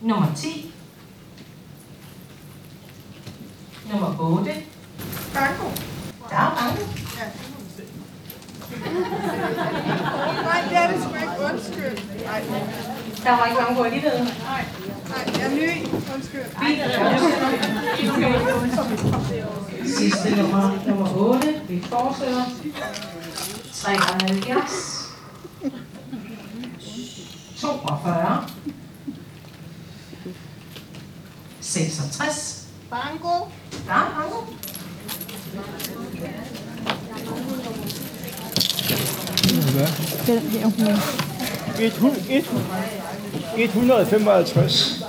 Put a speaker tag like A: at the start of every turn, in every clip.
A: nummer 10, nummer 8,
B: Banko.
A: der er banket.
B: Ja, det må vi se. Nej, det er det sgu ikke. Undskyld. Nej,
A: Der var ikke mange på alligevel.
B: nej, jeg er ny. Undskyld.
A: Sidste nummer, nummer 8, vi fortsætter. 73. 42. 66.
B: Banko.
A: Der er banket.
C: Den her hun.
D: 100, 155.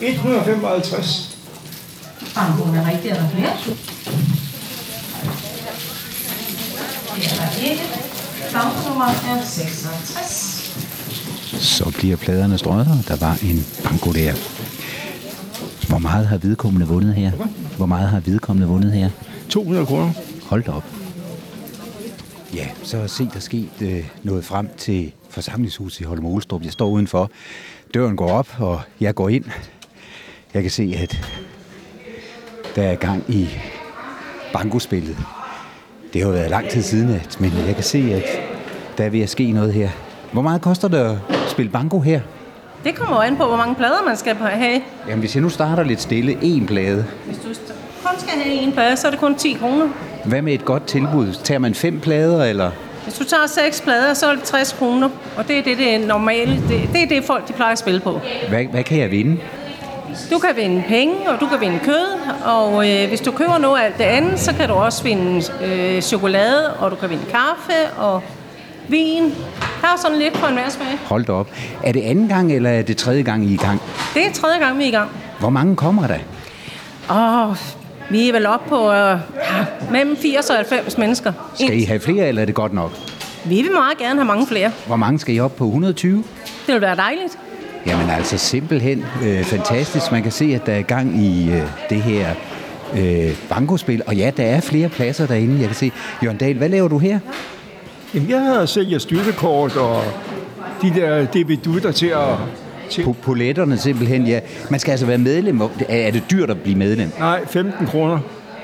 D: 155.
A: Bankoen er rigtig, er der flere? Det er der ikke. Bankonummer er 66.
E: Så bliver pladerne strøget, og der var en banko der. Hvor meget har vedkommende vundet her? Hvor meget har vedkommende vundet her?
D: 200 kroner.
E: Hold da op. Ja, så er sent der sket øh, noget frem til forsamlingshuset i Holm Olstrup. Jeg står udenfor. Døren går op, og jeg går ind. Jeg kan se, at der er gang i bankospillet. Det har jo været lang tid siden, at, men jeg kan se, at der er ved at ske noget her. Hvor meget koster det at spille banko her?
F: Det kommer jo an på, hvor mange plader man skal have.
E: Jamen, hvis jeg nu starter lidt stille, en plade.
F: Hvis du st- kun skal have en plade, så er det kun 10 kroner.
E: Hvad med et godt tilbud? Tager man fem plader, eller?
F: Hvis du tager 6 plader, så er det 60 kroner. Og det er det, det er normale. Det, det er det, folk de plejer at spille på.
E: Hvad, hvad kan jeg vinde?
F: Du kan vinde penge, og du kan vinde kød. Og øh, hvis du køber noget af alt det andet, så kan du også vinde øh, chokolade, og du kan vinde kaffe og vin. Der er sådan lidt for en masse med.
E: Hold da op. Er det anden gang, eller er det tredje gang, I er i gang?
F: Det er tredje gang, vi er i gang.
E: Hvor mange kommer der?
F: Og vi er vel oppe på øh, ja, mellem 80 og 90 mennesker.
E: Skal I have flere, eller er det godt nok?
F: Vi vil meget gerne have mange flere.
E: Hvor mange skal I op på? 120?
F: Det vil være dejligt.
E: Jamen altså simpelthen øh, fantastisk. Man kan se, at der er gang i øh, det her øh, bankospil. Og ja, der er flere pladser derinde. Jeg kan se. Jørgen Dahl, hvad laver du her?
D: Jamen, jeg sælger styrkekort og de der debidutter til at... Til,
E: På poletterne simpelthen, ja. Man skal altså være medlem. Er- Er det dyrt at blive medlem?
D: nej, 15 kroner.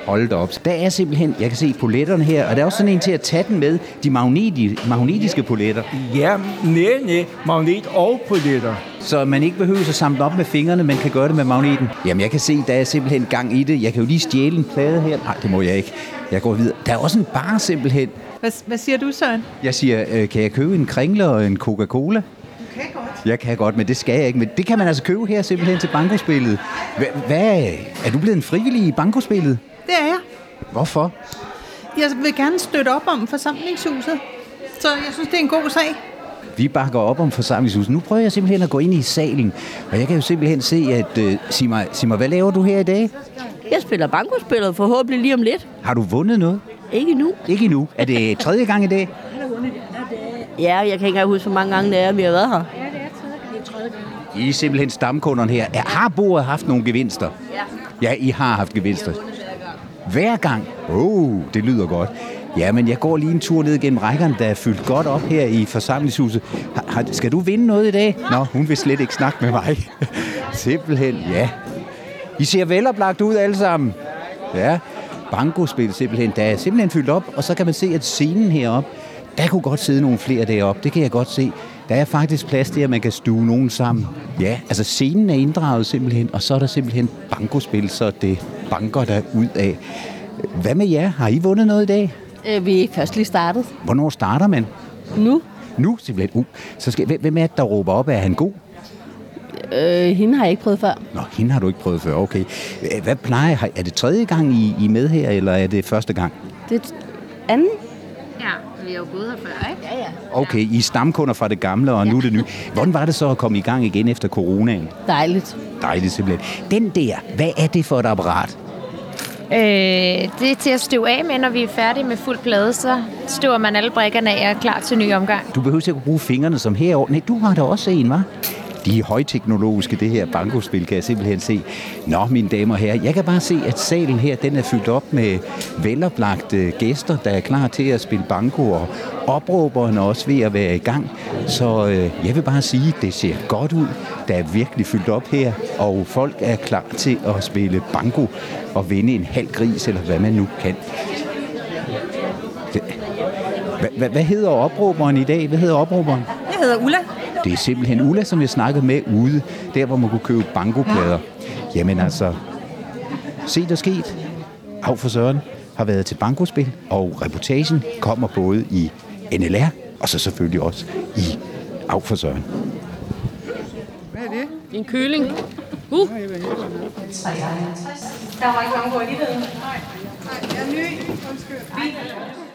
E: Hold da op. Der er simpelthen, jeg kan se poletterne her, og der er også sådan en til at tage den med, de magneti, magnetiske poletter,
D: Ja, nej, nej. Magnet og poletter.
E: så man ikke behøver at samle op med fingrene, man kan gøre det med magneten. Jamen jeg kan se, der er simpelthen gang i det. Jeg kan jo lige stjæle en plade her. Nej, det må jeg ikke. Jeg går videre. Der er også en bar simpelthen.
C: Hvad, hvad siger du, Søren?
E: Jeg siger, øh, kan jeg købe en kringle og en Coca-Cola?
B: Du kan godt.
E: Jeg kan godt, men det skal jeg ikke. Men det kan man altså købe her simpelthen til bankospillet. Hva- Hvad? Er du blevet en frivillig i bankospillet?
C: Det er jeg.
E: Hvorfor?
C: Jeg vil gerne støtte op om forsamlingshuset. Så jeg synes, det er en god sag.
E: Vi bakker op om forsamlingshuset. Nu prøver jeg simpelthen at gå ind i salen, og jeg kan jo simpelthen se, at... Øh, sig, mig, sig mig, hvad laver du her i dag?
G: Jeg spiller bankospillet forhåbentlig lige om lidt.
E: Har du vundet noget?
G: Ikke nu.
E: Ikke endnu. Er det tredje gang i dag?
G: Ja, jeg kan ikke engang huske, hvor mange gange det er, vi har været her.
E: I er simpelthen stamkunderne her. Er- Har bordet haft nogle gevinster?
G: Ja.
E: Ja, I har haft gevinster. Hver gang? Åh, oh, det lyder godt. Ja, men jeg går lige en tur ned gennem rækkerne, der er fyldt godt op her i forsamlingshuset. Har, har, skal du vinde noget i dag? Nå, hun vil slet ikke snakke med mig. simpelthen, ja. I ser veloplagt ud alle sammen. Ja, bankospil simpelthen. Der er simpelthen fyldt op, og så kan man se, at scenen heroppe, der kunne godt sidde nogle flere deroppe. Det kan jeg godt se. Der er faktisk plads til, at man kan stue nogen sammen. Ja, altså scenen er inddraget simpelthen, og så er der simpelthen bankospil, så det banker der ud af. Hvad med jer? Har I vundet noget i dag?
G: Øh, vi er først lige startet.
E: Hvornår starter man?
G: Nu.
E: Nu simpelthen. Uh, så skal, hvem- hvem er det, der råber op? Er han god?
G: Øh, hende har jeg ikke prøvet før.
E: Nå, hende har du ikke prøvet før, okay. Hvad plejer har- Er det tredje gang, I, I er med her, eller er det første gang?
G: Det er anden.
E: Okay, I er stamkunder fra det gamle, og nu er det nye. Hvordan var det så at komme i gang igen efter coronaen?
G: Dejligt.
E: Dejligt simpelthen. Den der, hvad er det for et apparat?
H: Øh, det er til at støve af med, når vi er færdige med fuld plade, så støver man alle brækkerne af og er klar til ny omgang.
E: Du behøver ikke at bruge fingrene som herovre. Nej, du har da også en, var? De er højteknologiske, det her bankospil, kan jeg simpelthen se. Nå, mine damer og herrer, jeg kan bare se, at salen her, den er fyldt op med veloplagte gæster, der er klar til at spille banko, og opråberne er også ved at være i gang. Så øh, jeg vil bare sige, det ser godt ud. Der er virkelig fyldt op her, og folk er klar til at spille banko og vinde en halv gris, eller hvad man nu kan. Hva- hva- Hvad hedder opråberen i dag? Hvad hedder opråberen?
F: Jeg hedder Ulla.
E: Det er simpelthen Ulla, som jeg snakkede med ude, der hvor man kunne købe bankoplader. Jamen altså, se der sket. Af for Søren har været til bankospil, og reportagen kommer både i NLR, og så selvfølgelig også i Af for Søren.
I: En køling. Uh,
F: Der var ikke mange gode alligevel.
B: Nej, jeg er ny. Undskyld.